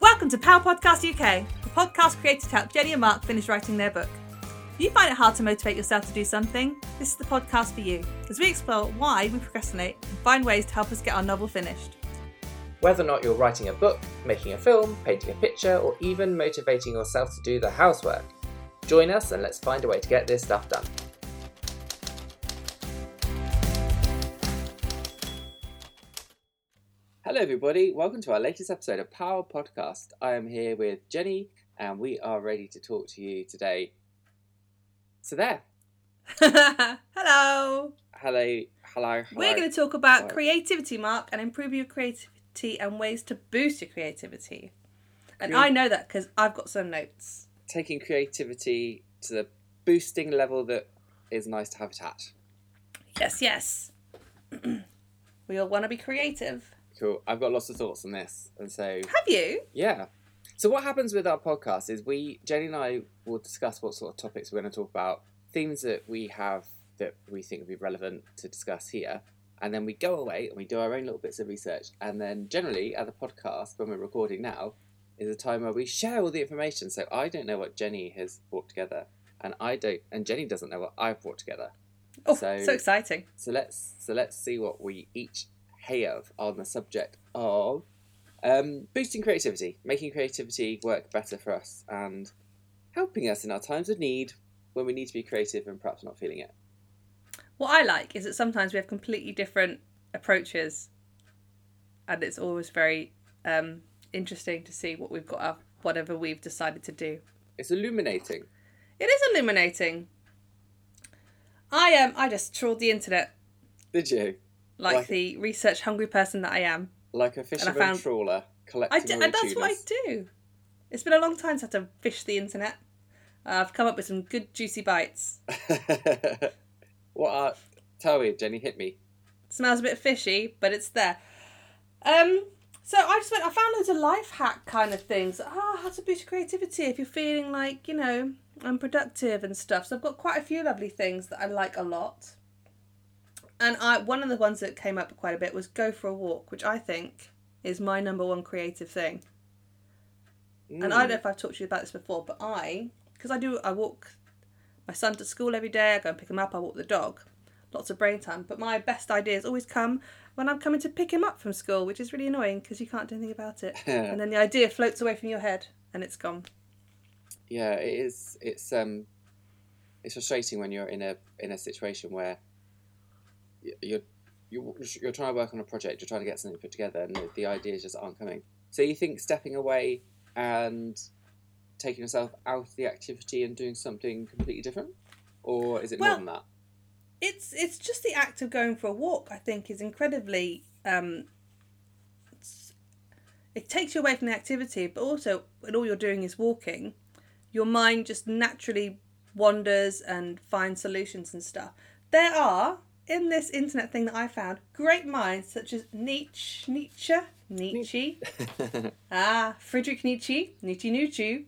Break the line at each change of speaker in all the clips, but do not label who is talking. Welcome to Power Podcast UK, the podcast created to help Jenny and Mark finish writing their book. If you find it hard to motivate yourself to do something, this is the podcast for you, as we explore why we procrastinate and find ways to help us get our novel finished.
Whether or not you're writing a book, making a film, painting a picture, or even motivating yourself to do the housework, join us and let's find a way to get this stuff done. Hello, everybody. Welcome to our latest episode of Power Podcast. I am here with Jenny, and we are ready to talk to you today. So there.
Hello!
Hello, hello.
We're going to talk
Hi.
about creativity, Mark, and improve your creativity and ways to boost your creativity. And
Creat-
I know that because I've got some notes.
taking creativity to the boosting level that is nice to have it at.
Yes, yes. we all want to be creative.
Cool. I've got lots of thoughts on this, and so
Have you?
Yeah. So what happens with our podcast is we Jenny and I will discuss what sort of topics we're going to talk about, themes that we have that we think would be relevant to discuss here, and then we go away and we do our own little bits of research, and then generally at the podcast when we're recording now is a time where we share all the information. So I don't know what Jenny has brought together, and I don't, and Jenny doesn't know what I've brought together.
Oh,
So-
so exciting.
So let's so let's see what we each have on the subject of um, boosting creativity, making creativity work better for us, and helping us in our times of need when we need to be creative and perhaps not feeling it.
What I like is that sometimes we have completely different approaches, and it's always very um, interesting to see what we've got up, whatever we've decided to do.
It's illuminating.
It is illuminating. I um, I just trawled the internet
Did you
like
Like-
the research hungry person that I am.
like a fisherman
found-
trawler
I
collecting
d-
all the
and that's what I
tuners.
do. It's been a long time since I had to fish the internet. Uh, I've come up with some good juicy bites.
what are? Tell me, Jenny, hit me.
smells a bit fishy, but it's there. Um, so I just went. I found loads of life hack kind of things. Ah, how to boost your creativity if you're feeling like you know unproductive and stuff. So I've got quite a few lovely things that I like a lot. And I one of the ones that came up quite a bit was go for a walk, which I think is my number one creative thing. And I don't know if I've talked to you about this before, but I, because I do, I walk my son to school every day, I go and pick him up, I walk the dog. Lots of brain time. But my best ideas always come when I'm coming to pick him up from school, which is really annoying because you can't do anything about it. and then the idea floats away from your head and it's gone.
yeah it is it's um it's frustrating when you're in a in a situation where y- you're you're, you're trying to work on a project you're trying to get something put together and the, the ideas just aren't coming so you think stepping away and taking yourself out of the activity and doing something completely different or is it
Well-
more than that
it's it's just the act of going for a walk i think is incredibly um it's- it takes you away from the activity but also when all you're doing is walking your mind just naturally wanders and finds solutions and stuff there are in this internet thing that i found great minds such as nietzsche nietzsche nietzsche ah friedrich nietzsche nietzsche nietzsche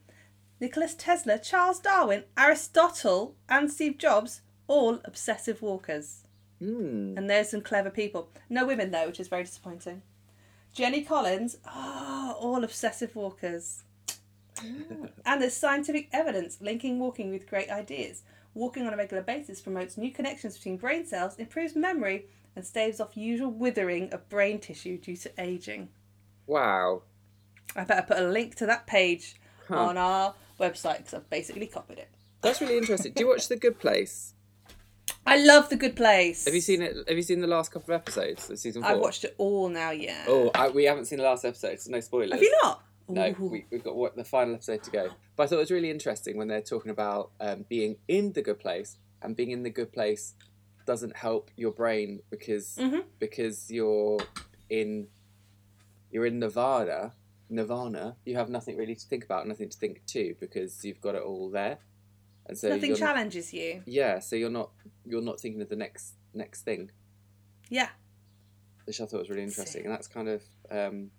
Nicholas Tesla, Charles Darwin, Aristotle, and Steve Jobs, all obsessive walkers.
Hmm.
And there's some clever people. No women, though, which is very disappointing. Jenny Collins, ah, all obsessive walkers. and there's scientific evidence linking walking with great ideas. Walking on a regular basis promotes new connections between brain cells, improves memory, and staves off usual withering of brain tissue due to aging.
wow
I better put a link to that page
Huh.
on our website because I've basically copied it.
that's really interesting do you watch the good place
I love The Good Place.
have you seen it have you seen the last couple of episodes of season four
I've watched it all now, yeah.
oh I, we haven't seen the last episode so no spoilers
Have you not?
No,
Ooh.
we, we've got what, the final episode to go. But I thought it was really interesting when they're talking about um, being in the good place and being in the good place doesn't help your brain because
Mhm.
because you're in you're in Nirvana. Nirvana, you have nothing really to think about, nothing to think to because you've got it all there, and so
Nothing
you're not-
challenges you.
yeah, so you're not you're not thinking of the next next thing,
Yeah.
which I thought was really interesting,
Sick.
and that's kind of um,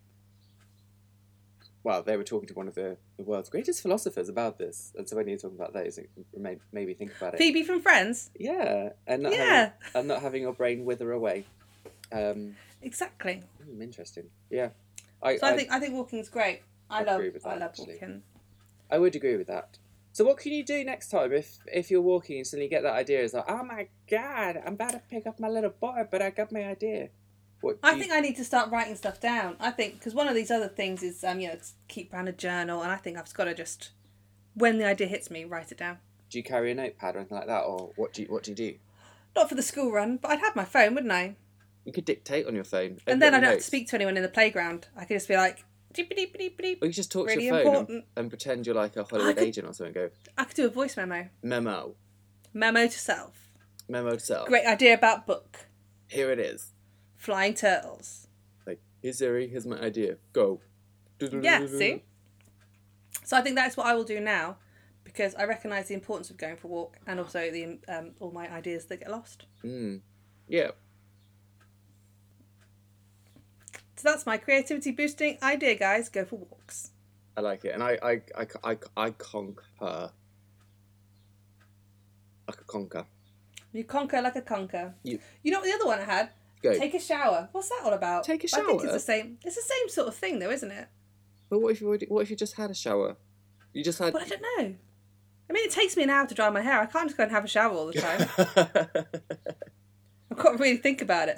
well, they were talking to one of the, the world's greatest philosophers about this, and so when you're talking about those, it made, made me think about it.
Phoebe from Friends.
yeah, and not
yeah,
having, and not having your brain wither away. Um,
exactly.
hmm, interesting. Yeah, I,
So I,
I-
think I think walking is great. I
I'd
love
agree with
I
that,
love
actually.
walking.
I would agree with that. So what can you do next time if if you're walking and suddenly get that idea? It's like, oh my god, I'm about to pick up my little boy, but I got my idea. What?
I
do you-
think I need to start writing stuff down. I think because one of these other things is um you know to keep around a journal, and I think I've just got to just when the idea hits me, write it down.
do you carry a notepad or anything like that, or what do you what do you do?
Not for the school run, but I'd have my phone, wouldn't I?
You could dictate on your phone,
And then I
little
don't have to
notes.
speak to anyone in the playground. I could just be like, deep deep deep deep.
Or you just talk
Really
to your phone and,
important.
and pretend you're like a Hollywood
could-
agent or something. and Go
I could do a voice memo,
memo,
memo to self.
memo to self.
Great idea about book,
Here it is.
flying turtles.
Like, here's Siri, here's my idea. Go.
Yeah, see? So I think that's what I will do now because I recognise the importance of going for a walk and also the um, all my ideas that get lost.
Mm. Yeah.
So that's my creativity boosting idea, guys. Go for walks.
I like it, and I I I I, I conquer. I could conquer.
You conquer like a conquer.
You-
know what the other one I had?
Go.
Take a shower. What's that all about?
Take a
I think it's
shower?
the same. It's the same sort of thing, though, isn't it?
but what if you already, what if you just had a shower? You just had.
But I don't know. I mean, it takes me an hour to dry my hair. I can't just go and have a shower all the time. I've got to really think about it.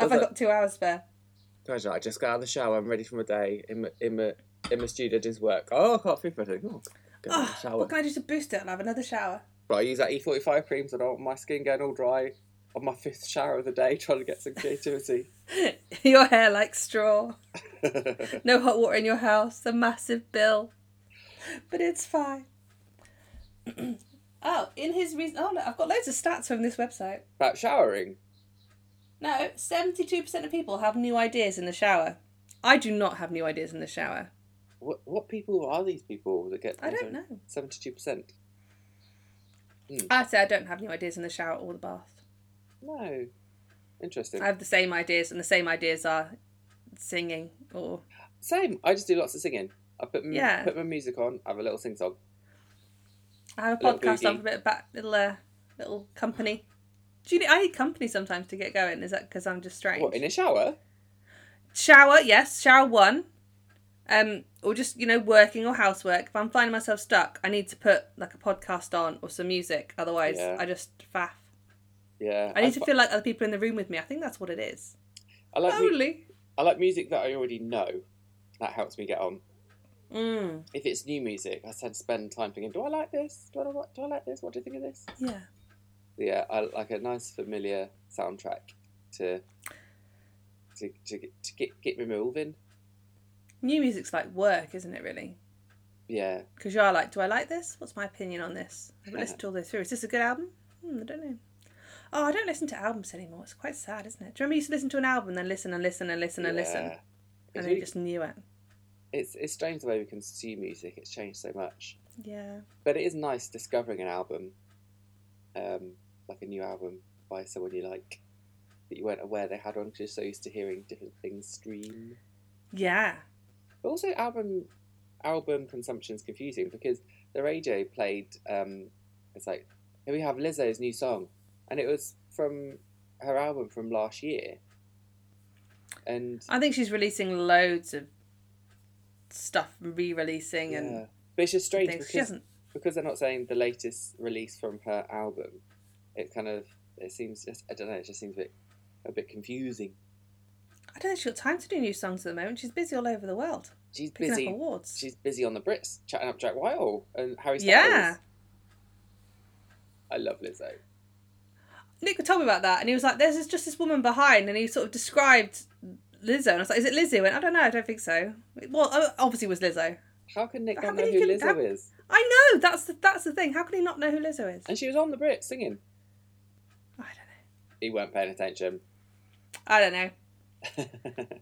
Have
Was
I
that-
got two hours spare?
Imagine, I just got out of the shower. I'm ready for my day. In my in my in my studio does work. Oh, I can't think of anything. Oh, go have
Oh,
a shower.
what can I do to boost it? I'll have another shower.
But I use that E45 cream, so I don't want my skin getting all dry on my fifth shower of the day, trying to get some creativity.
your hair like straw.
That's
No hot water in your house. A massive bill. But it's fine. oh, in his reason. Oh, look, I've got loads of stats from this website.
showering.
No, 72% of people have new ideas in the shower. I do not have new ideas in the shower.
What what people are these people that get?
I don't know.
Seventy two percent.
I say I don't have new ideas in the shower or the bath.
No. Interesting.
I have the same ideas, and the same ideas are singing or
Same. I just do lots of singing. I put m-
Yeah.
put my music on. Have a little sing song.
I have a
Little
podcast on
boogie.
for a bit about little uh, little company. Do you need, I need company sometimes to get going? Is that because I'm just strange?
What in a shower?
shower, yes, shower one, um, or just you know working or housework. If I'm finding myself stuck, I need to put like a podcast on or some music. Otherwise,
Yeah.
I just faff.
Yeah.
I need to
fi-
feel like other people in the room with me. I think that's what it is.
I like mu-
Only.
I like music that I already know. That helps me get on.
Mm,
If it's new music, I tend to spend time thinking, do I like this? Do I like, do I like this? What do you think of this?
yeah.
Yeah, I like a nice familiar soundtrack to to to, get- to get get me moving.
New music's like work, isn't it? Really.
Yeah,
Because you are like, do I like this? What's my opinion on this? I haven't listened to all this through. Is this a good album? Hmm, I don't know. Oh, I don't listen to albums anymore. It's quite sad, isn't it? Do you remember you used to listen to an album, then listen and listen and listen and listen,
Yeah.
and
It's,
then
really-
you just knew it?
it's it's strange the way we consume music. It's changed so much.
Yeah.
but it is nice discovering an album, um, like a new album by someone you like that you weren't aware they had on. 'cause You're so used to hearing different things stream.
Yeah.
But also, album album consumption is confusing because the radio played. Um, it's like here we have Lizzo's new song, and it was from her album from last year. And
I think she's releasing loads of stuff, re releasing and
yeah, but it's just strange
things. She
because
hasn't.
because they're not saying the latest release from her album, it kind of it seems just I don't know, it just seems a bit a bit confusing.
I don't think she's got time to do new songs at the moment. She's busy all over the world,
She's
picking up
busy.
awards.
She's busy on the Brits, chatting up Jack Whitehall and Harry Styles.
Yeah.
I love Lizzo.
Nick told me about that, and he was like, "There's this- just this woman behind," and he sort of described Lizzo, and I was like, "Is it Lizzo?" And I don't know, I don't think so. Well, o- obviously it was Lizzo.
How can Nick
How
not
can
know
he
who
can-
Lizzo
how-
is?
I know that's the that's the thing. How can he not know who Lizzo is? I
And she was on the Brits singing.
don't know.
He weren't paying attention.
I don't know.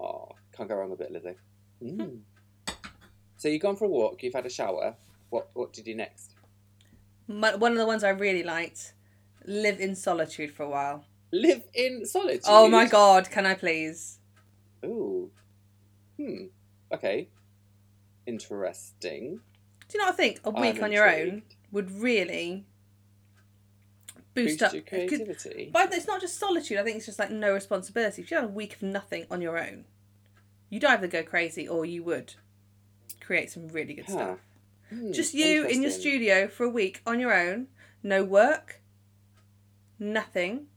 oh, can't go wrong with a bit of Lizzo. Mm.
Hmm.
so you've gone for a walk. You've had a shower. What what did you do next?
My, one of the ones I really liked, live in solitude for a while.
Live in solitude.
Oh my god, can I please?
Ooh. Hmm. Okay. Interesting.
Do you not think a
I'm
week on your own
intrigued.
would really boost,
Boost
up?
your
could-
creativity.
But it's not just solitude. I think it's just like no responsibility. If you had a week of nothing on your own, you'd either go crazy or you would create some really good
Huh.
stuff.
Hmm,
Just you in your
interesting.
studio for a week on your own, no work, nothing.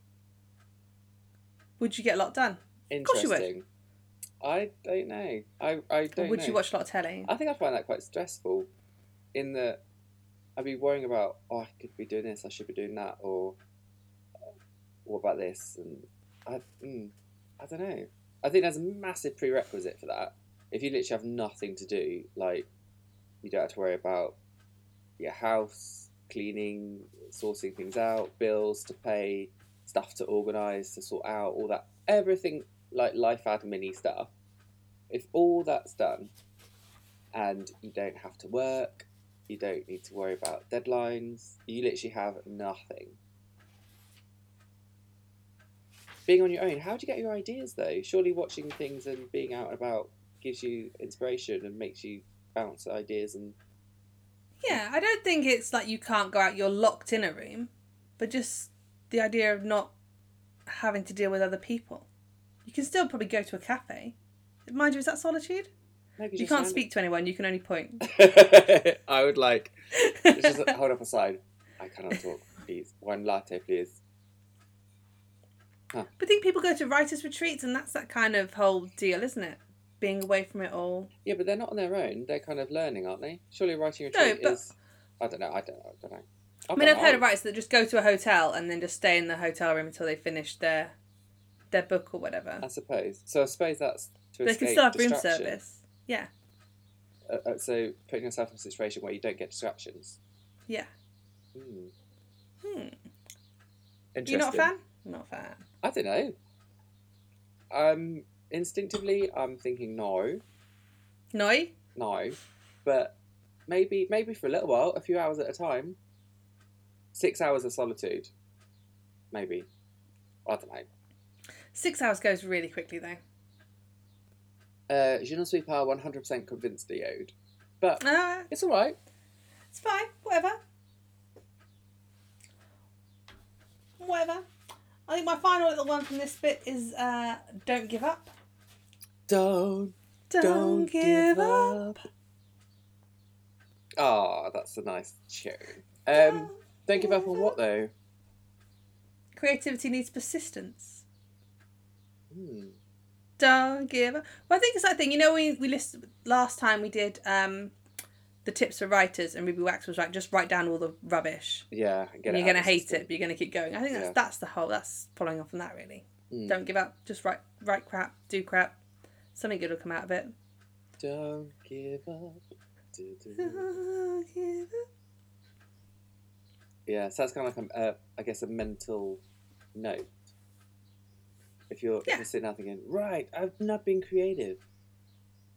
Would you get a lot done? course you would.
Interesting. I don't know. I, I
Or
don't
would
know.
you watch a lot of telly?
I think I find that quite stressful in that I'd be worrying about, oh, I could be doing this, I should be doing that, or uh, what about this? And I, mm, I don't know. I think there's a massive prerequisite for that. If you literally have nothing to do, like, you don't have to worry about your house, cleaning, sorting things out, bills to pay, stuff to organise, to sort out, all that, everything, like life admin stuff. If all that's done, and you don't have to work. You don't need to worry about deadlines. You literally have nothing. Being on your own, how do you get your ideas though? Surely watching things and being out and about gives you inspiration and makes you bounce ideas and
Yeah, I don't think it's like you can't go out, you're locked in a room, but just the idea of not having to deal with other people. You can still probably go to a cafe. Mind you, is that solitude?
maybe
You
just
can't
hand-
speak to anyone, you can only point.
I would like just hold up a sign. I cannot talk, please. One latte, please.
But I think people go to writers' retreats, and that's that kind of whole deal, isn't it? Being away from it all.
Yeah, but they're not on their own. They're kind of learning, aren't they? Surely writing a
No,
treat
but-
is. I don't know. I don't. I don't know.
I mean, I've heard of writers that just go to a hotel and then just stay in the hotel room until they finish their their book or whatever.
I suppose. So I suppose that's to
They
escape
can still have room
distraction.
service. Yeah,
Uh, uh, so putting yourself in a situation where you don't get distractions.
yeah.
Hmm.
Hmm.
Interesting.
You're not a fan? Not a fan.
I don't know. Um, instinctively, I'm thinking no,
Noi?
no, but maybe maybe for a little while, a few hours at a time. Six hours of solitude, maybe. I don't know.
Six hours goes really quickly though.
Uh, je ne suis pas 100% convinced, Diode. But
Ah,
it's alright.
it's fine. Whatever. Whatever. I think my final little one from this bit is uh, don't give up.
Don't
Don't, give up.
Ah, that's a nice tune. Um, don't give up on what though?
Creativity needs persistence.
Hmm.
Don't give up. Well, I think it's that thing. You know, we we list last time we did um, the tips for writers, and Ruby Wax was like, just write down all the rubbish.
Yeah, I get
and
it
you're gonna
out of your
hate it, but you're gonna keep going. I think that's
Yeah.
that's the whole. That's following on from that really.
Mm.
Don't give up. Just write write crap. Do crap. Something good will come out of it.
system. Don't give up. Du-du-du.
Uh-huh. Don't give up.
Yeah, so that's kind of like a, uh, I guess a mental note. If you're, if
Yeah.
you're sitting out thinking, right, I've not been creative,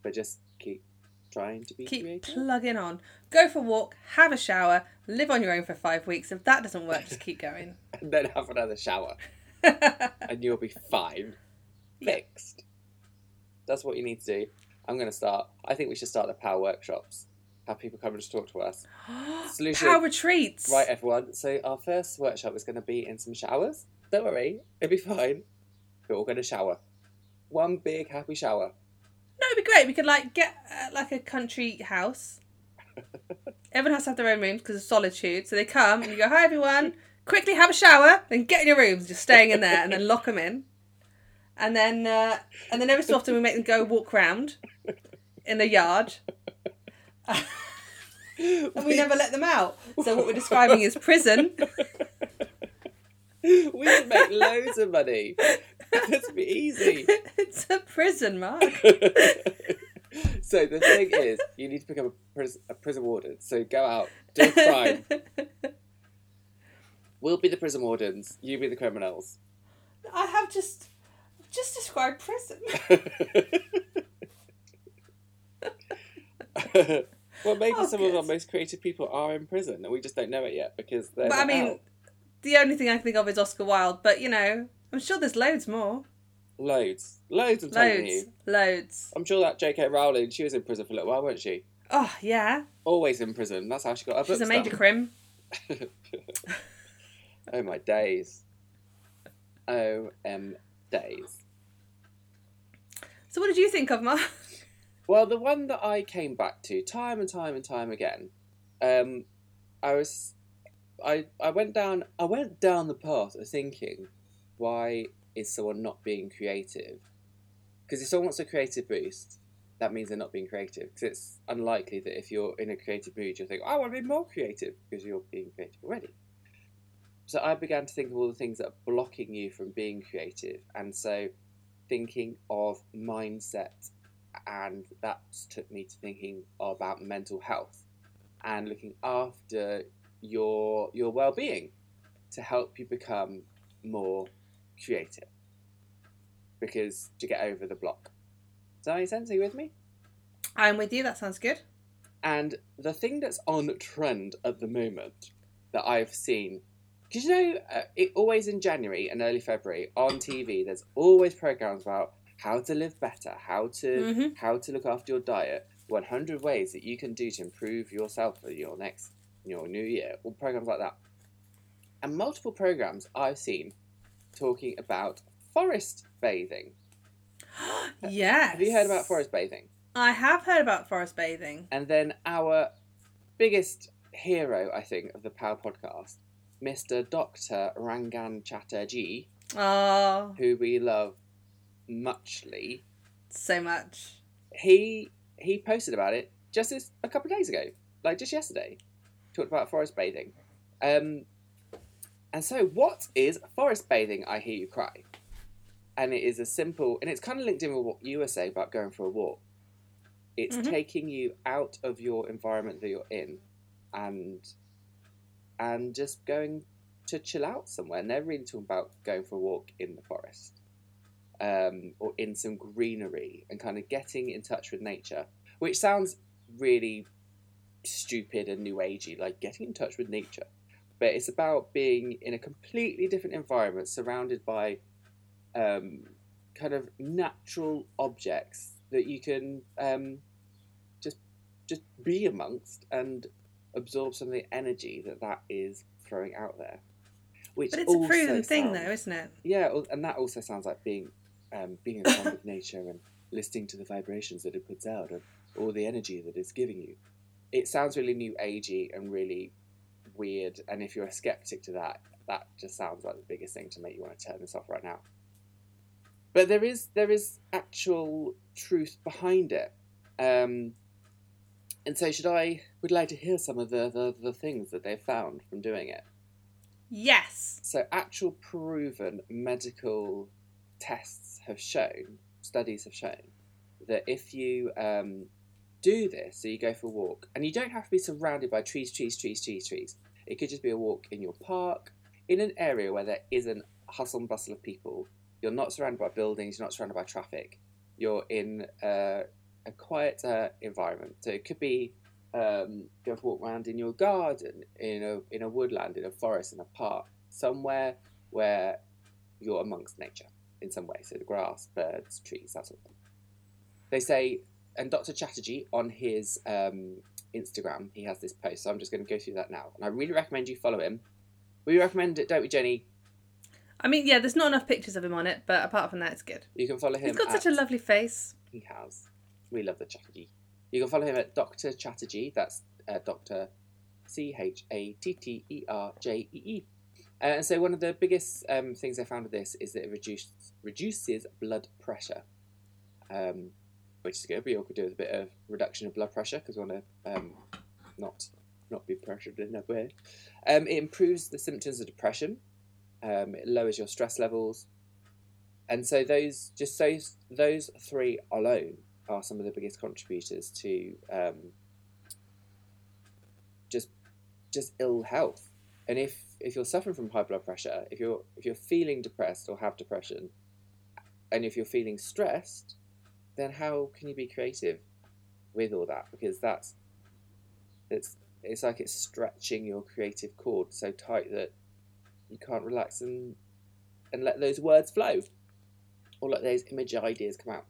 but just keep trying to be
Keep
creative.
plugging on. Go for a walk. Have a shower. Live on your own for five weeks. If that doesn't work, just keep going.
and then have another shower, and you'll be fine.
Yeah.
Fixed. That's what you need to do. I'm going to start. I think we should start the power workshops. Have people come and just talk to us. Solution.
Power retreats.
Right, everyone. So our first workshop is going to be in some showers. Don't worry, it'll be fine. We're all going to shower. One big happy shower.
No, it'd be great. We could like get uh, like a country house. Everyone has to have their own rooms because of solitude. So they come and you go, "Hi everyone, quickly have a shower, then get in your rooms, just staying in there, and then lock them in." And then uh, and then every so often we make them go walk round in the yard, and we never let them out. So what we're describing is prison.
we would make loads of money. This would be easy.
it's a prison, Mark.
so the thing is, you need to become a, pris- a prison warden. So go out, do a crime. We'll be the prison wardens. You be the criminals.
I have just just described prison.
well, maybe
Oh,
some
good.
of our most creative people are in prison, and we just don't know it yet because they're.
But I
not
mean,
out.
the only thing I can think of is Oscar Wilde, but you know, I'm sure there's loads more.
loads, loads. I'm telling
Loads.
you.
Loads.
I'm sure that J.K. Rowling, she was in prison for a little while, wasn't she?
Oh, yeah.
Always in prison. That's how she got her
She's a
books
major
done.
crim.
Oh my days. O M days.
So what did you think of, Mark?
Well, the one that I came back to time and time and time again, um, I was, I I went down I went down the path of thinking, why is someone not being creative? Because if someone wants a creative boost, that means they're not being creative. Because it's unlikely that if you're in a creative mood, you'll think, I want to be more creative because you're being creative already. So I began to think of all the things that are blocking you from being creative, and so thinking of mindset and that took me to thinking about mental health and looking after your your well-being to help you become more creative because to get over the block does that make sense are you with me
I'm with you. That sounds good.
and the thing that's on trend at the moment that i've seen because you know uh, it always in january and early february on tv there's always programs about how to live better how to
hmm
how to look after your diet 100 ways that you can do to improve yourself for your next your new year or programs like that and multiple programs i've seen talking about forest bathing
yes.
have you heard about forest bathing
I have heard about forest bathing.
and then our biggest hero i think of the power podcast mr dr rangan chatterjee
Oh,
who we love muchly
so much.
he he posted about it just this, a couple of days ago, like just yesterday. Talked about forest bathing, um, and so what is forest bathing? I hear you cry, and it is a simple, and it's kind of linked in with what you were saying about going for a walk. It's
Mhm.
taking you out of your environment that you're in, and and just going to chill out somewhere. And they're really talking about going for a walk in the forest um, or in some greenery and kind of getting in touch with nature, which sounds really stupid and new agey, like getting in touch with nature. But it's about being in a completely different environment, surrounded by um, kind of natural objects that you can um, just just be amongst and absorb some of the energy that that is throwing out there. Which
But it's a proven
also
thing,
sounds-
though, isn't it?
yeah, al- and that also sounds like being um, being in contact with nature and listening to the vibrations that it puts out and all the energy that it's giving you. It sounds really new agey and really weird. And if you're a skeptic to that, that just sounds like the biggest thing to make you want to turn this off right now. But there is there is actual truth behind it. Um, and so, should I would like to hear some of the, the, the things that they've found from doing it.
Yes.
So, actual proven medical tests have shown, studies have shown, that if you um, do this, so you go for a walk, and you don't have to be surrounded by trees, trees, trees, trees, trees. It could just be a walk in your park, in an area where there isn't hustle and bustle of people. You're not surrounded by buildings, you're not surrounded by traffic. You're in uh, a quiet uh, environment. So, it could be um, go for a walk around in your garden, in a in a woodland, in a forest, in a park, somewhere where you're amongst nature in some way. So the grass, birds, trees, that sort of thing. They say, and Dr. Chatterjee on his um, Instagram, he has this post. So I'm just going to go through that now, and I really recommend you follow him. We recommend it, don't we, Jenny?
I mean, yeah, there's not enough pictures of him on it, but apart from that, it's good.
You can follow him.
He's got
at-
such a lovely face.
He has. We love the Chatterjee. You can follow him at Dr. Chatterjee. That's uh, Dr. C H A T T E R J E E. Uh, And so, one of the biggest um, things I found with this is that it reduces, reduces blood pressure, um, which is good. We all could do with a bit of reduction of blood pressure because we want to um, not not be pressured in that way. Um, it improves the symptoms of depression. Um, it lowers your stress levels and so those just those those three alone are some of the biggest contributors to um, just just ill health and if if you're suffering from high blood pressure if you're if you're feeling depressed or have depression and if you're feeling stressed then how can you be creative with all that because that's it's it's like it's stretching your creative cord so tight that you can't relax and and let those words flow or let those image ideas come out.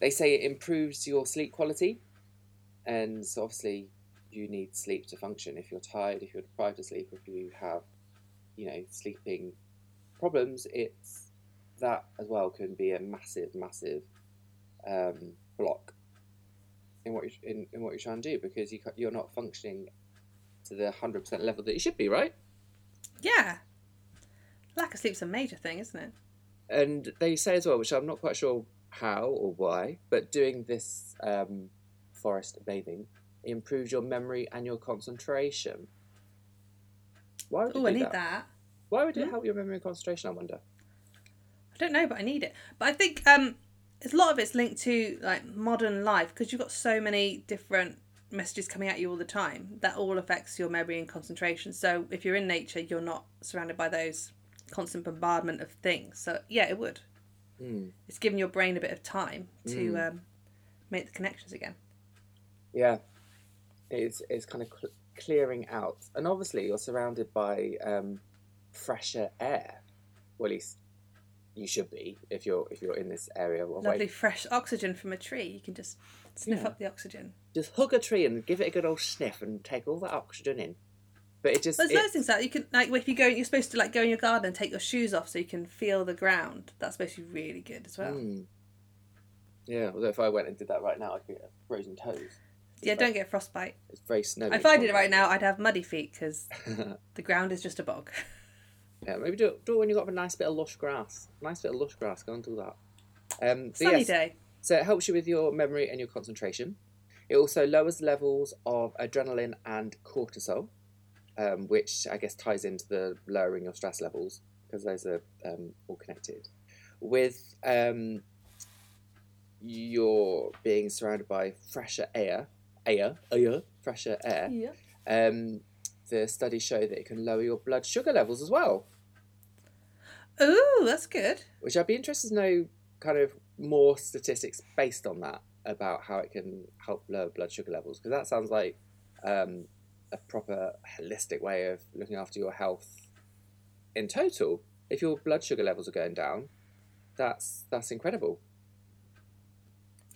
They say it improves your sleep quality, and so obviously you need sleep to function. If you're tired, if you're deprived of sleep, if you have, you know, sleeping problems, it's that as well can be a massive, massive um, block in what you in, in what you're trying to do because you ca- you're not functioning to the hundred percent level that you should be, right?
Yeah. Lack of sleep's a major thing, isn't it?
And they say as well, which I'm not quite sure how or why, but doing this um, forest bathing improves your memory and your concentration. Why would it
Oh,
do
I need
that?
that.
Why would it
Hmm?
help your memory and concentration? I wonder.
I don't know, but I need it. But I think um, it's- a lot of it's linked to like modern life because you've got so many different messages coming at you all the time that all affects your memory and concentration. So if you're in nature, you're not surrounded by those constant bombardment of things. So yeah, it would.
Hmm.
It's giving your brain a bit of time to
Mm.
um, make the connections again.
Yeah, it's it's kind of cl- clearing out, and obviously you're surrounded by um, fresher air. Well, at least you should be if you're if you're in this area. Well,
Lovely
wait,
fresh oxygen from a tree. You can just sniff
Yeah.
up the oxygen.
just hug a tree and give it a good old sniff and take all that oxygen in. But it just
There's
it-
loads of things that you can like. If you go, you're supposed to like go in your garden and take your shoes off so you can feel the ground. That's supposed to be really good as well.
Mm. Yeah, although if I went and did that right now, I'd get frozen toes.
Yeah,
It's
don't
like-
get frostbite.
It's very snowy.
If I did it right now, I'd have muddy feet because
now.
the ground is just a bog.
yeah, maybe do it, do it when you've got a nice bit of lush grass. Nice bit of lush grass. Go and do that. Um, so
Sunny
yes,
day.
So it helps you with your memory and your concentration. It also lowers levels of adrenaline and cortisol, um, which I guess ties into the lowering your stress levels because those are um, all connected. With um, your being surrounded by fresher air, air, air, fresher air,
Yeah.
um, the studies show that it can lower your blood sugar levels as well
Ooh, that's good.
which I'd be interested to know kind of more statistics based on that about how it can help lower blood sugar levels because that sounds like um, a proper holistic way of looking after your health in total. If your blood sugar levels are going down, that's that's incredible.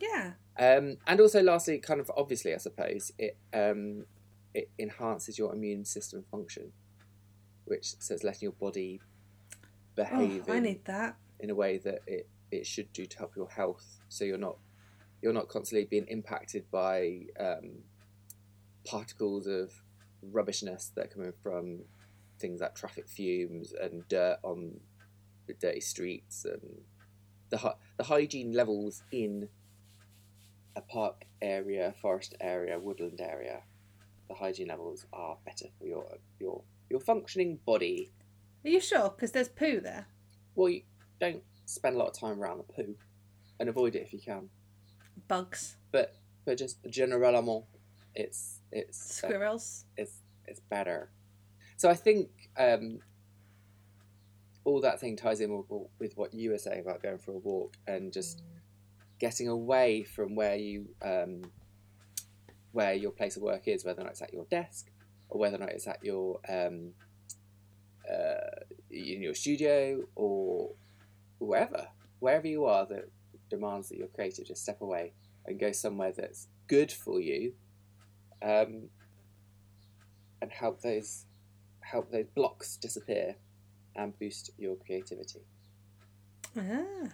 Yeah.
Um, and also, lastly, kind of obviously, I suppose it um, it enhances your immune system function, which so it's letting your body
Oh,
behave.
I
in-
need that.
in a way that it, it should do to help your health so you're not you're not constantly being impacted by um, particles of rubbishness that are coming from things like traffic fumes and dirt on the dirty streets and the hy- the hygiene levels in a park area, forest area, woodland area, the hygiene levels are better for your your your functioning body.
Are you sure? Because there's poo there.
Well, you don't spend a lot of time around the poo, and avoid it if you can.
Bugs,
But but just généralement, it's it's uh,
squirrels.
it's it's better. So I think um, all that thing ties in with, with what you were saying about going for a walk and just getting away from where you um, where your place of work is, whether or not it's at your desk or whether or not it's at your um, uh, in your studio or wherever, wherever you are that demands that you're creative. Just step away and go somewhere that's good for you. Um, and help those help those blocks disappear and boost your creativity.
Ah.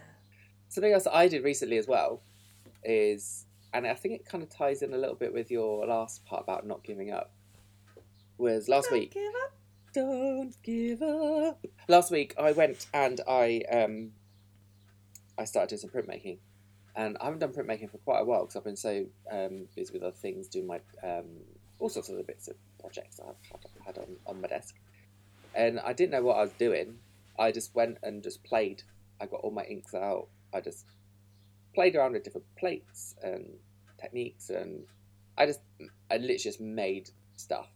Something else that I did recently as well is and I think it kind of ties in a little bit with your last part about not giving up. Was last
Don't
week.
give up.
Don't give up. Last week I went and I um I started doing some printmaking. And I haven't done printmaking for quite a while because I've been so um, busy with other things, doing my um, all sorts of other bits of projects that I've had, had on, on my desk. And I didn't know what I was doing. I just went and just played. I got all my inks out. I just played around with different plates and techniques, and I just I literally just made stuff.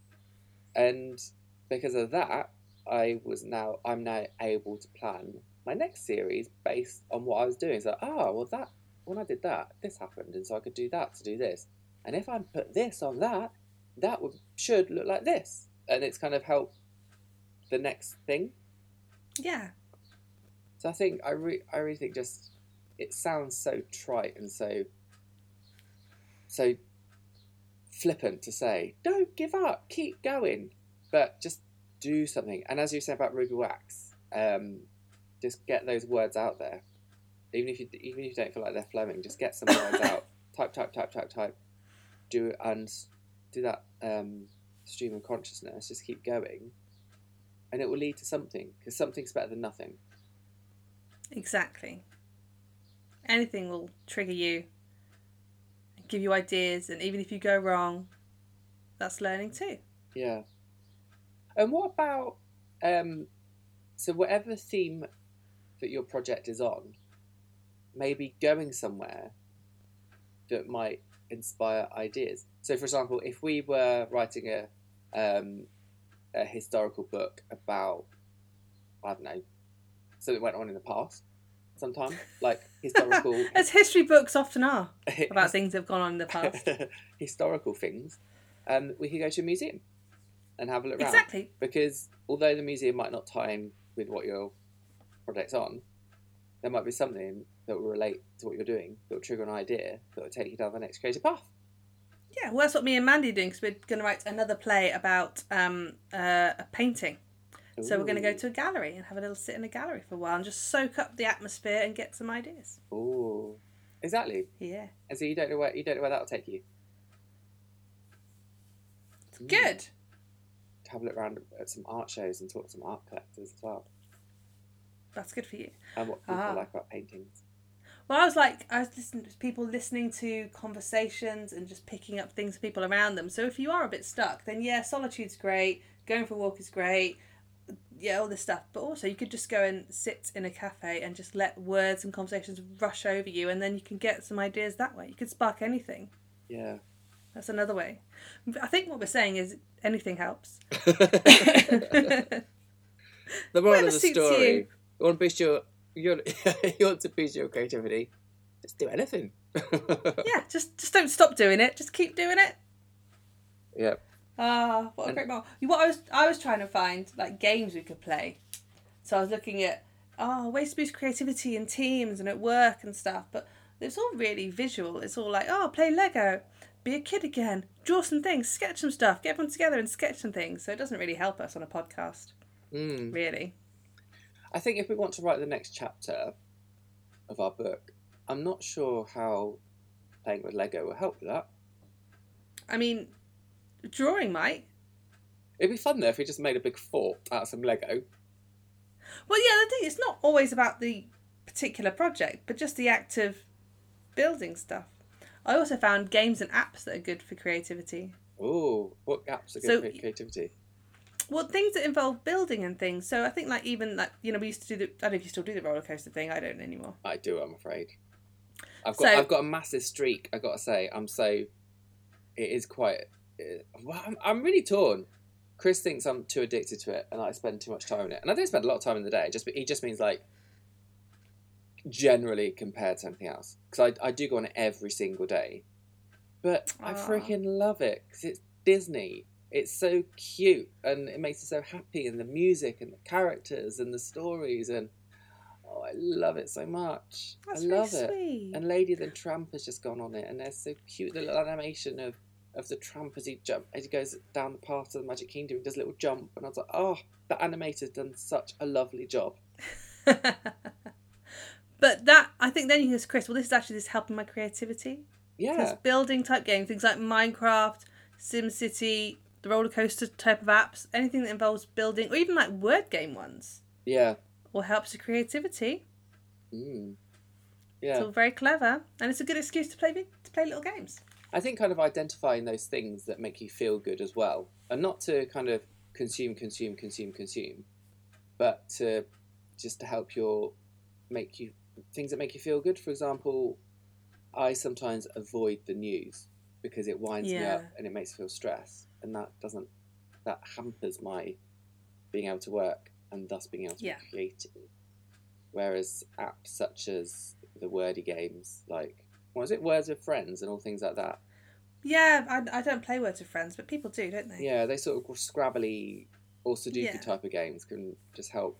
And because of that, I was now I'm now able to plan my next series based on what I was doing. So, ah, well that when I did that, this happened, and so I could do that to do this. And if I put this on that, that would should look like this. And it's kind of helped the next thing.
Yeah.
So I think I re- I really think just it sounds so trite and so so flippant to say don't give up, keep going, but just do something. And as you said about Ruby Wax, um, just get those words out there. Even if you even if you don't feel like they're flowing, just get some words out. Type, type, type, type, type. Do it and s- do that um, stream of consciousness. Just keep going, and it will lead to something because something's better than nothing.
Exactly. Anything will trigger you, give you ideas, and even if you go wrong, that's learning too.
Yeah. And what about um so whatever theme that your project is on, maybe going somewhere that might inspire ideas. So for example, if we were writing a um a historical book about I don't know, something that went on in the past sometime, like historical
As history books often are about things that have gone on in the past.
historical things, um, we could go to a museum and have a look around.
exactly.
Because although the museum might not tie in with what your project's on, there might be something that will relate to what you're doing that will trigger an idea that will take you down the next creative path.
Yeah, well, that's what me and Mandy are doing because we're going to write another play about um, uh, a painting. So we're going to go to a gallery and have a little sit in a gallery for a while and just soak up the atmosphere and get some ideas.
Ooh. Ooh. Exactly.
Yeah.
And so you don't know where you don't know where that'll take you. Mm.
Good.
Have a look around at some art shows and talk to some art collectors as well.
That's good for you.
And what people
Ah.
like about paintings.
Well, I was like, I was listening to people listening to conversations and just picking up things from people around them. So if you are a bit stuck, then yeah, solitude's great. Going for a walk is great. Yeah, all this stuff. But also, you could just go and sit in a cafe and just let words and conversations rush over you, and then you can get some ideas that way. You could spark anything.
Yeah.
That's another way. I think what we're saying is anything helps.
The moral
Whatever
of the
suits
story.
you.
You. want to boost your you want, you want to boost your creativity. Just do anything.
yeah, just just don't stop doing it. Just keep doing it.
yeah.
Ah, what a
And-
great model. You- What I was I was trying to find like games we could play. So I was looking at oh ways to boost creativity in teams and at work and stuff, but it's all really visual. It's all like oh play Lego, be a kid again, draw some things, sketch some stuff, get everyone together and sketch some things. So it doesn't really help us on a podcast,
Mm.
really.
I think if we want to write the next chapter of our book, I'm not sure how playing with Lego will help with that.
I mean, drawing might.
It'd be fun though if we just made a big fort out of some Lego.
Well, yeah, the thing it's not always about the particular project, but just the act of building stuff. I also found games and apps that are good for creativity.
Ooh, what gaps are good
So-
for creativity?
Well, things that involve building and things. So I think like even like you know we used to do the I don't know if you still do the roller coaster thing. I don't anymore.
I do, I'm afraid. I've got
So-
I've got a massive streak. I gotta say, I'm so it is quite. It, well, I'm, I'm really torn. Chris thinks I'm too addicted to it, and I spend too much time in it. And I don't spend a lot of time in the day. Just he just means like generally compared to anything else, because I I do go on it every single day. But I
Ah.
freaking love it because it's Disney. It's so cute and it makes me so happy, and the music and the characters and the stories and oh, I love it so much.
That's
I
really
love it.
sweet.
And Lady the Tramp has just gone on it, and they're so cute. The little animation of, of the tramp as he jump as he goes down the path to the Magic Kingdom, he does a little jump, and I was like, oh, the animator's done such a lovely job.
but that I think then you can ask Chris. Well, this is actually this helping my creativity. Because
Yeah,
building type games, things like Minecraft, SimCity, the roller coaster type of apps, anything that involves building, or even like word game ones,
yeah,
will help your creativity.
mm.
It's
yeah.
all very clever, and it's a good excuse to play vi- to play little games.
I think kind of identifying those things that make you feel good as well, and not to kind of consume, consume, consume, consume, but to just to help your make you things that make you feel good. For example, I sometimes avoid the news because it winds me up
Yeah.
and it makes me feel stress, and that doesn't that hampers my being able to work and thus being able to
Yeah.
be creative. Whereas apps such as the wordy games, like what is it, Words with Friends, and all things like that.
Yeah, I, I don't play Words with Friends, but people do, don't they?
Yeah, they sort of scrabbly or Sudoku
Yeah.
type of games can just help.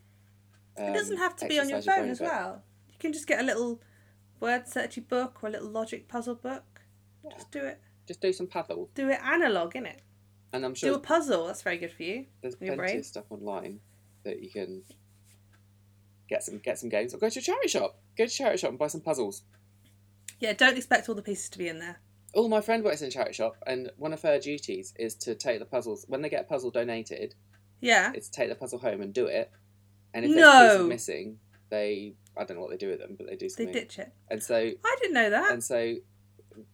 It doesn't
um,
have to be on your
exercise
phone
brain a
as
bit.
well. You can just get a little word searchy book or a little logic puzzle book. Just do it.
Just do some paddle,
Do it analog, innit?
and I'm
Do a
sure
puzzle. That's very good for you.
there's
your
plenty
brain.
of stuff online that you can get some get some games or go to a charity shop. Go to charity shop and buy some puzzles.
Yeah, don't expect all the pieces to be in there.
Oh, my friend works in charity shop, and one of her duties is to take the puzzles when they get a puzzle donated.
Yeah.
It's to take the puzzle home and do it. And if
No.
there's pieces missing, they I don't know what they do with them, but they do
They
something.
ditch it.
And so
I didn't know that.
and so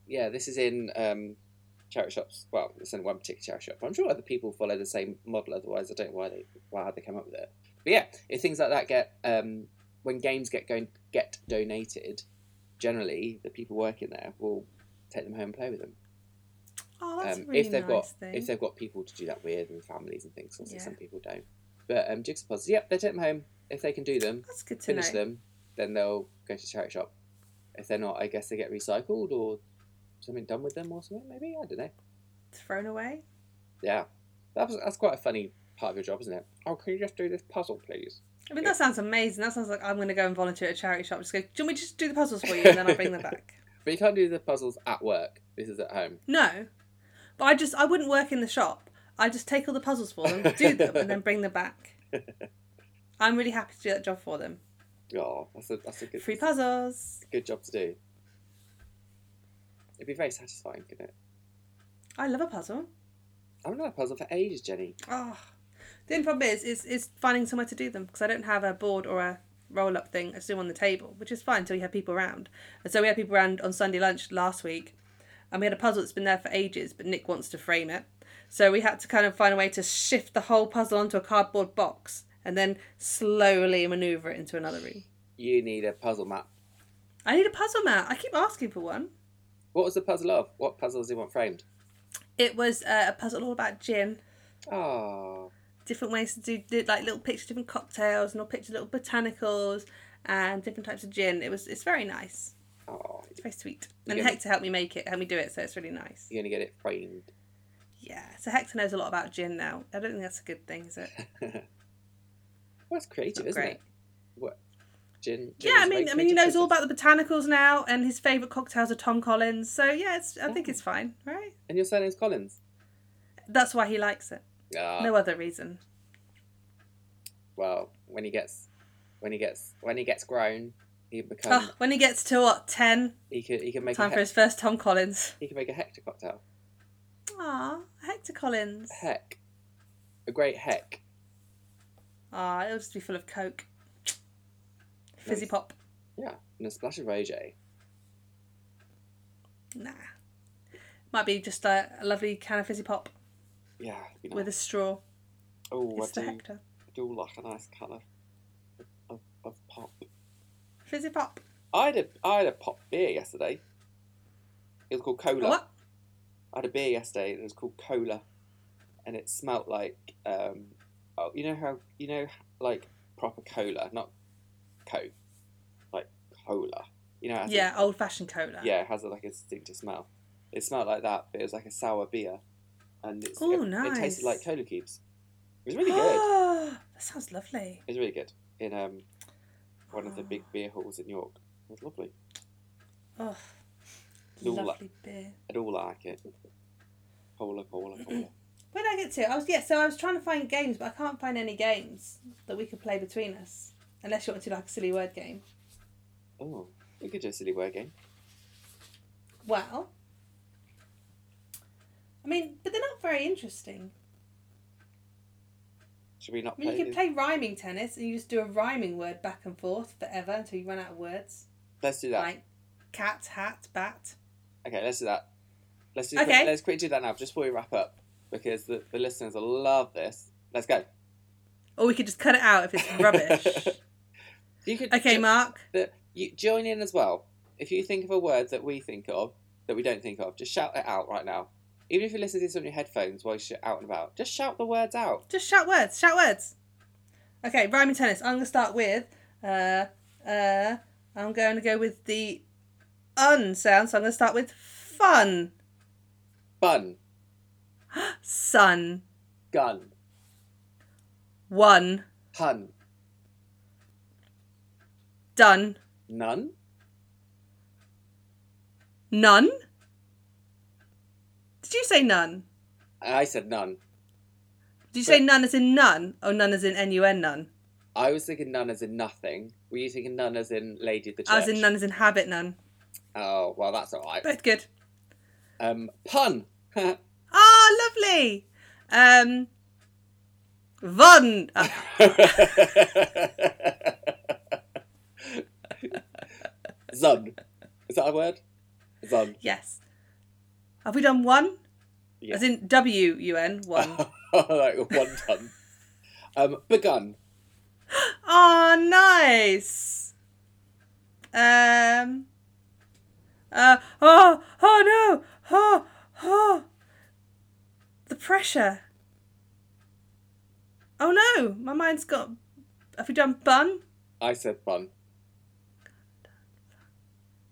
yeah, this is in um, charity shops. Well, it's in one particular charity shop. I'm sure other people follow the same model. Otherwise, I don't know why they why how they come up with it. But yeah, if things like that get um, when games get going get donated, generally the people working there will take them home and play with them.
Oh, that's
um,
a really
if they've
nice
got
thing.
if they've got people to do that with and families and things. Obviously,
Yeah.
some people don't. But um, jigsaw puzzles, yep, they take them home if they can do them
that's good to know.
finish them, then they'll go to charity shop. If they're not, I guess they get recycled or something done with them or something. Maybe I don't know.
Thrown away.
Yeah, that was, that's quite a funny part of your job, isn't it? Oh, can you just do this puzzle, please?
I mean, that sounds amazing. That sounds like I'm going to go and volunteer at a charity shop. Just go, do you want me to just do the puzzles for you and then I'll bring them back?
But you can't do the puzzles at work. This is at home.
No. But I just, I wouldn't work in the shop. I just take all the puzzles for them, do them, and then bring them back. I'm really happy to do that job for them.
Oh, that's a that's a good
Free puzzles.
good job to do. It'd be very satisfying, couldn't it?
I love a puzzle.
I haven't had a puzzle for ages, Jenny.
Oh. The only problem is, is, is finding somewhere to do them because I don't have a board or a roll up thing. I just do on the table, which is fine until you have people around. And so we had people around on Sunday lunch last week and we had a puzzle that's been there for ages, but Nick wants to frame it. So we had to kind of find a way to shift the whole puzzle onto a cardboard box and then slowly maneuver it into another room.
You need a puzzle map.
I need a puzzle mat. I keep asking for one.
What was the puzzle of? What puzzles do you want framed?
It was uh, a puzzle all about gin.
Oh,
different ways to do, do like little pictures, of different cocktails, and I'll picture little botanicals and different types of gin. It was it's very nice.
oh,
It's very sweet.
You
And
get it.
Hector helped me make it, helped me do it, so it's really nice.
you're gonna get it framed.
Yeah. So Hector knows a lot about gin now. I don't think that's a good thing, is it?
well, it's creative,
Not
isn't
great.
it? What? Gin. gin
yeah, I
is a very
mean, I mean, he
creative
knows all
process.
about the botanicals now, and his favorite cocktails are Tom Collins. So yeah, it's, I think
Oh.
it's fine, right?
And your surname's Collins.
That's why he likes it.
Ah,
No other reason.
Well, when he gets, when he gets, when he gets grown, he become.
Oh, when he gets to what ten,
He can. He can make. A
time
hec-
for his first Tom Collins.
He can make a hector cocktail.
Ah, Hector Collins.
A heck. A great heck.
Ah, it'll just be full of Coke. Fizzy
Nice.
pop.
Yeah, and a splash of OJ.
Nah. Might be just a, a lovely can of fizzy pop
Yeah. You know.
with a straw.
oh, I
it's for
do,
Hector.
I do like a nice colour of, of pop.
Fizzy pop.
I had a I had a pop beer yesterday. It was called cola.
What?
I had a beer yesterday and it was called Cola, and it smelt like um, oh, you know how you know like proper cola, not Coke, like cola. You know, it has a-
Yeah, old fashioned cola.
yeah, it has a, like a distinctive smell. It smelled like that, but it was like a sour beer, and it's,
Ooh,
it, it
nice.
tasted like cola cubes. It was really good.
Ah, that sounds lovely.
It was really good in um, one of the big beer halls in York. It was lovely.
Oh,
All that-
lovely beer.
I'd all like it. Cola, cola, cola.
Where did I get to? I was yeah, so I was trying to find games, but I can't find any games that we could play between us. Unless you want to do like a silly word game.
oh, we could do a silly word game.
Well, I mean, but they're not very interesting.
Should we not
I mean,
play?
you
this?
can play rhyming tennis and you just do a rhyming word back and forth forever until you run out of words.
Let's do that.
Like cat, hat, bat.
Okay, let's do that. Let's do
Okay.
let's quickly do that now, just before we wrap up, because the, the listeners will love this. Let's go.
Or we could just cut it out if it's rubbish.
You could
okay,
jo-
Mark.
the- you join in as well. If you think of a word that we think of that we don't think of, just shout it out right now. Even if you listen to this on your headphones while you're out and about, just shout the words out.
Just shout words. Shout words. Okay, rhyming tennis. I'm going to start with. Uh, uh, I'm going to go with the un sound, so I'm going to start with fun.
Bun,
Sun.
gun,
One.
hun,
Done.
none,
None. Did you say none?
I said none.
Oh, Did you say none as in none or none as in N U N none?
I was thinking none as in nothing. Were you thinking none as in lady of the church?
As in none as in habit none.
Oh, well, that's all right.
Both good.
Um, pun.
Ah, lovely. Um, Von. Ah,
Zun. Is that a word? Zun.
yes. Have we done one?
Yeah.
As in W U N one.
like one ton. Um, begun.
Ah, nice. Um. Uh, oh, oh no, oh, oh. The pressure. Oh no, my mind's got. Have we done bun?
I said bun.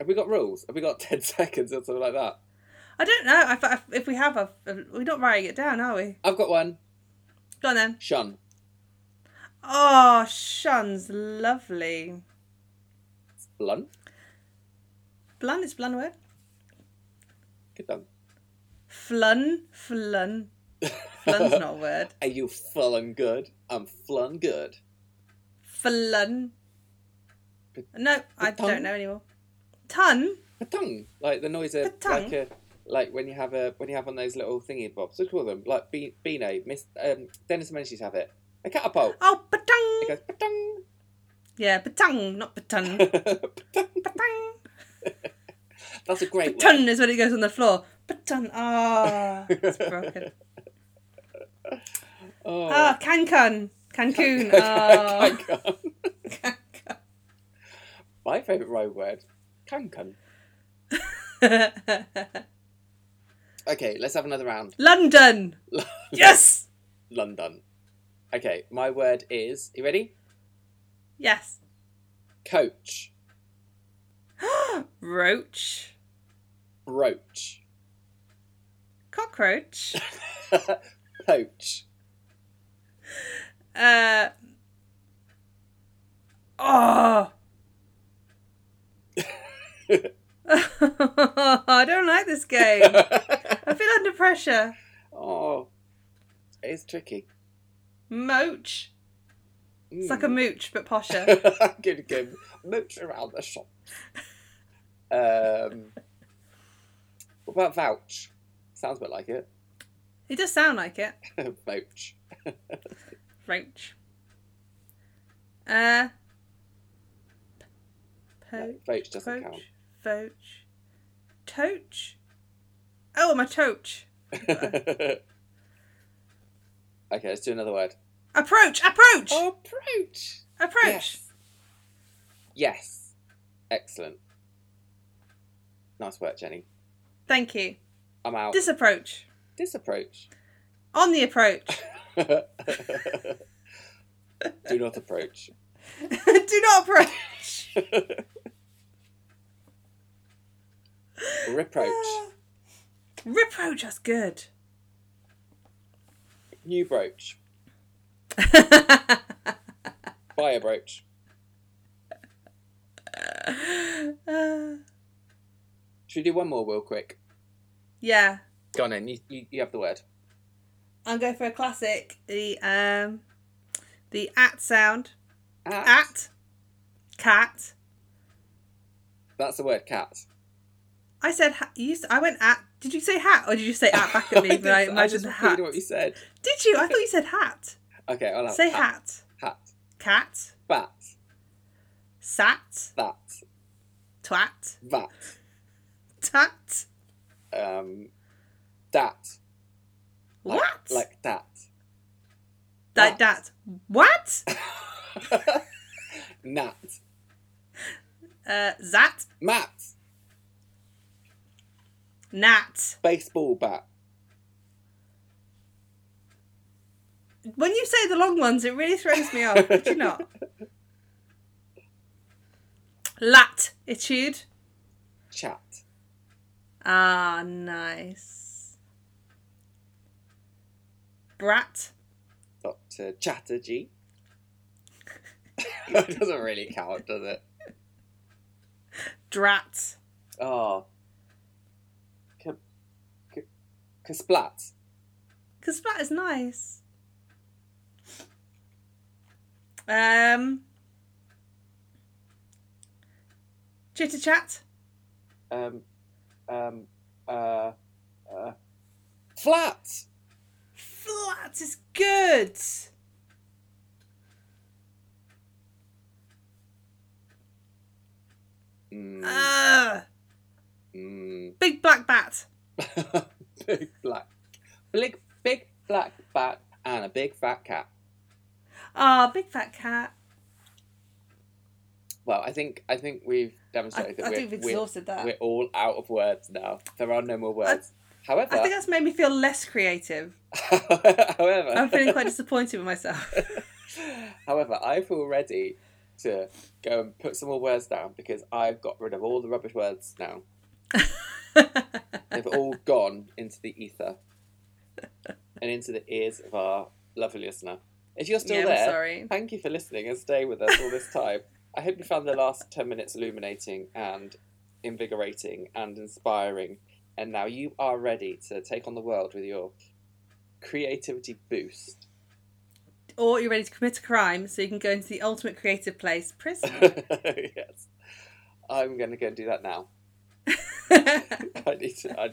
Have we got rules? Have we got 10 seconds or something like that?
I don't know. If, if, if we have, I've- we're not writing it down, are we?
I've got one.
Go on then.
Shun.
Oh, shun's lovely.
Blunt.
Blun is blun a word.
Good done.
Flun, flun. Flun's not a word.
Are you flun good? I'm flun good.
Flun.
Pat-
No, I
patong?
don't know anymore. Ton.
Patong. Like the noise of
Patong?
like a like when you have a when you have on those little thingy bobs. What do you call them? Like be- Beano. Miss um Dennis Menzies have it. A catapult.
Oh,
It
patang.
goes patong.
Yeah, patang, not patun.
Patong.
patang.
That's a great one.
Patun is when it goes on the floor. Patun. Ah, it's broken.
Oh.
Ah, Cancun. Cancun. Ah,
Cancun. My favourite rhyme word, Cancun.
Cancun.
Okay, let's have another round.
London. Yes.
London. Okay, my word is. You ready?
Yes.
Coach.
Roach.
Roach.
Cockroach.
Poach.
Uh. Oh. I don't like this game. I feel under pressure.
oh, it is tricky.
Moach. It's like a
Mm.
mooch, but posher.
I'm gonna go mooch around the shop. Um, what about vouch? Sounds a bit like it.
It does sound like it.
Vouch.
Roach. Uh. Poach.
Vouch doesn't count.
Poach. Voach. Toch. Oh, my toch.
okay, let's do another word.
Approach. Approach.
Approach.
Approach.
Oh, Yes. Yes. Excellent. Nice work, Jenny.
Thank you.
I'm out.
Disapproach.
Disapproach.
On the approach.
do not approach.
Do not approach.
Reproach.
Ah. Reproach, that's good.
New brooch.
Ah.
Buy a brooch.
Uh,
Should we do one more real quick?
yeah.
Go on then, you, you, you have the word.
I'll go for a classic. The um the at sound.
At.
At cat.
That's the word cat.
I said ha- you used I went at did you say hat or did you say at back at me
I
when I
did- I
imagined
just
the hat?
repeated what you said.
Did you? I thought you said hat.
Okay, I'll have
Say
hat.
hat.
Hat.
Cat.
Bat.
Sat.
That.
Twat.
Vat.
Tat.
Um, dat. Like-
What?
Like that.
like that. What?
Nat.
Uh, zat.
Mat.
Nat.
Baseball bat.
When you say the long ones, it really throws me off. Did you not? Latitude.
Chat.
Ah, nice. Brat.
Dr. Chatterjee. it doesn't really count, does it?
Drat.
Oh. K- k- Kasplat.
Because splat is nice. Um, Chitter chat.
Um, um, uh, uh, flat.
Flat is good.
Mm,
Uh. Ugh.
mm.
Big black bat.
big black, big big black bat, and a big fat cat.
Ah, big fat cat.
Well, I think I think we've
I,
demonstrated that
I
we're,
think we've
we're-
exhausted that.
we're all out of words now. There are no more words. however,
I think that's made me feel less creative.
however,
I'm feeling quite disappointed with myself.
However, I feel ready to go and put some more words down because I've got rid of all the rubbish words now. They've all gone into the ether and into the ears of our lovely listener. If you're still
yeah,
there,
I'm sorry.
thank you for listening and stay with us all this time. I hope you found the last 10 minutes illuminating and invigorating and inspiring. And now you are ready to take on the world with your creativity boost.
Or you're ready to commit a crime, so you can go into the ultimate creative place, prison.
yes. I'm going to go and do that now. I need to. I,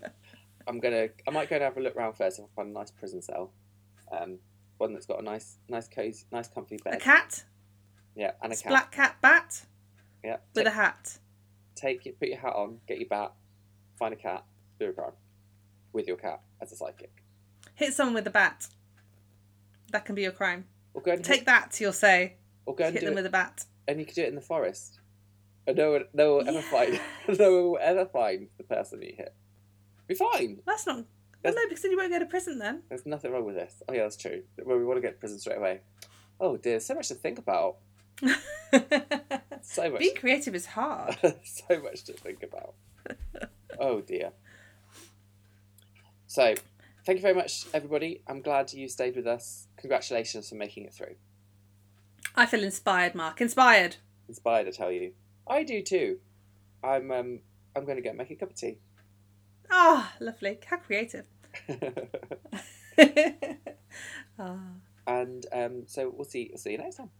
I'm gonna. I might go and have a look around first if I find a nice prison cell, um, one that's got a nice, nice cozy, nice comfy
a
bed.
cat,
Yeah, and a
it's
cat.
black cat bat
Yeah.
with
Take,
a hat.
take it. Put your hat on. Get your bat. Find a cat. Do a crime with your cat as a sidekick.
Hit someone with a bat. That can be your crime.
Or go and
Take that to your say.
Or Mm-hmm. go and
Hit
do
them
it,
with a bat.
and you could do it in the forest. And no one, no one will ever find. no one will ever find the person you hit. Be fine.
That's not. Well,
That's-
no, because then you won't go to prison then.
There's nothing wrong with this. Oh yeah, that's true. Well, we want to get to prison straight away. Oh dear, so much to think about. So much.
Being creative is hard.
so much to think about. oh dear. So, thank you very much, everybody. I'm glad you stayed with us. Congratulations for making it through.
I feel inspired, Mark. Inspired.
Inspired, I tell you. I do too. I'm um, I'm going to go and make a cup of tea.
Ah, lovely. How creative. Ah.
and um, so we'll see. We'll see you next time.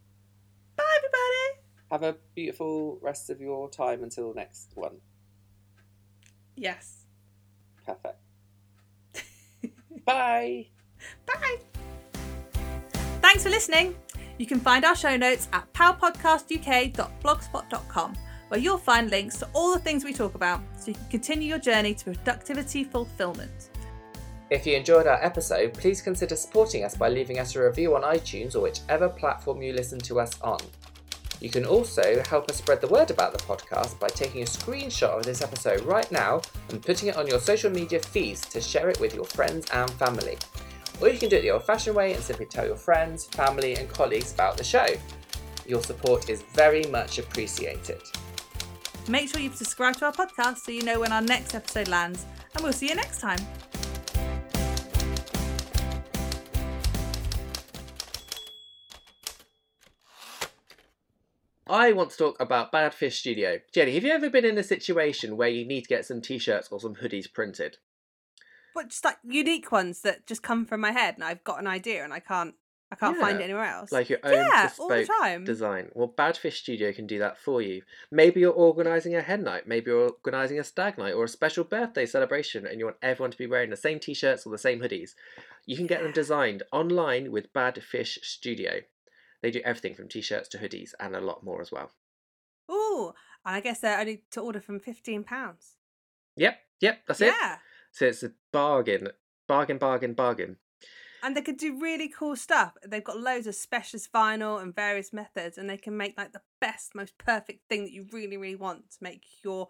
Bye, everybody.
Have a beautiful rest of your time until the next one.
Yes.
Perfect. Bye.
Bye. Thanks for listening. You can find our show notes at powpodcastuk.blogspot.com, where you'll find links to all the things we talk about so you can continue your journey to productivity fulfillment.
If you enjoyed our episode, please consider supporting us by leaving us a review on iTunes or whichever platform you listen to us on. You can also help us spread the word about the podcast by taking a screenshot of this episode right now and putting it on your social media feeds to share it with your friends and family. Or you can do it the old fashioned way and simply tell your friends, family, and colleagues about the show. Your support is very much appreciated.
Make sure you've subscribed to our podcast so you know when our next episode lands, and we'll see you next time.
I want to talk about Bad Fish Studio. Jenny, have you ever been in a situation where you need to get some t shirts or some hoodies printed?
But just like unique ones that just come from my head, and I've got an idea and I can't, I can't find
Yeah.
it anywhere else.
like your own
yeah, all the
bespoke
time.
design. Well, Badfish Studio can do that for you. Maybe you're organising a hen night, maybe you're organising a stag night or a special birthday celebration, and you want everyone to be wearing the same t-shirts or the same hoodies. You can get them designed online with Badfish Studio. They do everything from t-shirts to hoodies and a lot more as well.
Ooh, and I guess they're only to order from fifteen pounds.
Yep, yep, that's it.
Yeah.
So it's a bargain, bargain, bargain, bargain.
and they could do really cool stuff. They've got loads of specialist vinyl and various methods, and they can make like the best, most perfect thing that you really, really want to make your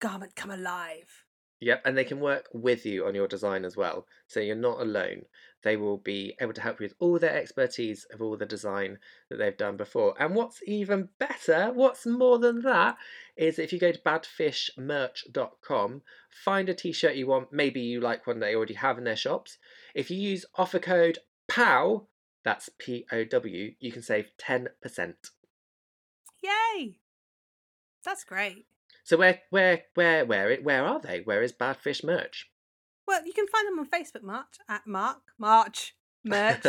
garment come alive.
Yep, and they can work with you on your design as well. So you're not alone. They will be able to help you with all their expertise of all the design that they've done before. And what's even better, what's more than that, is if you go to badfishmerch.com, find a t shirt you want, maybe you like one they already have in their shops. If you use offer code POW, that's P O W, you can save 10%.
Yay! That's great.
So where, where, where, where, where are they? Where is Badfish Merch?
Well, you can find them on Facebook, March at Mark March Merch.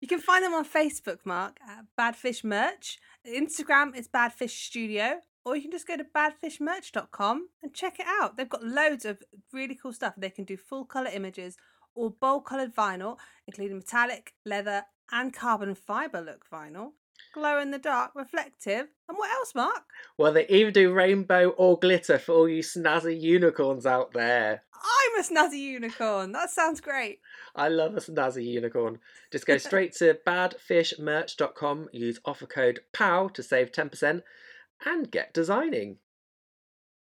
You can find them on Facebook, Mark, at Badfish Merch. Instagram is Badfish Studio. Or you can just go to badfishmerch.com and check it out. They've got loads of really cool stuff. They can do full colour images or bold coloured vinyl, including metallic, leather, and carbon fibre look vinyl. Glow in the dark, reflective. And what else, Mark?
Well, they even do rainbow or glitter for all you snazzy unicorns out there.
I'm a snazzy unicorn. That sounds great.
I love a snazzy unicorn. Just go straight to badfishmerch.com, use offer code POW to save 10% and get designing.